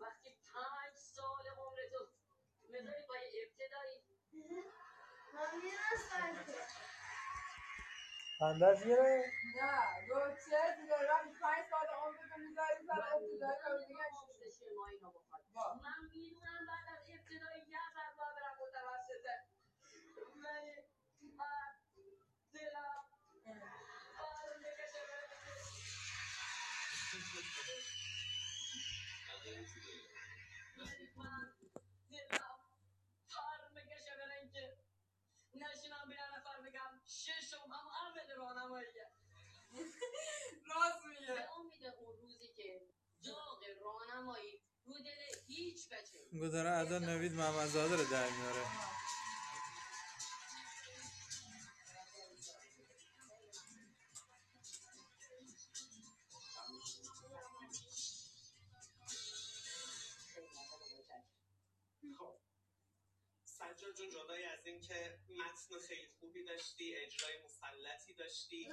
وقتی پنج سال عمرتو بذاری با یه ابتدایی من میرسم که خندش گرفت نه دوچه دیگه رفت پنج سال عمرتو میذاری سر ابتدایی رو دیگه آموزشی ما اینو بخواد با. من میدونم بعد از ابتدایی یه سر باید برم متوسطه ولی من دلم بارون بکشه برم. ولی من دلم پر میکشه برن که نشینم به یه نفر بگم ششم هم اول راهنماییه راست به میگه امید اون روزی که داغ راهنمایی رو دل هیچ بچه میگو داره ادا نوید محمدزاده رو در میاره خب سجاد جون جدای از اینکه متن خیلی خوبی داشتی اجرای مسلطی داشتی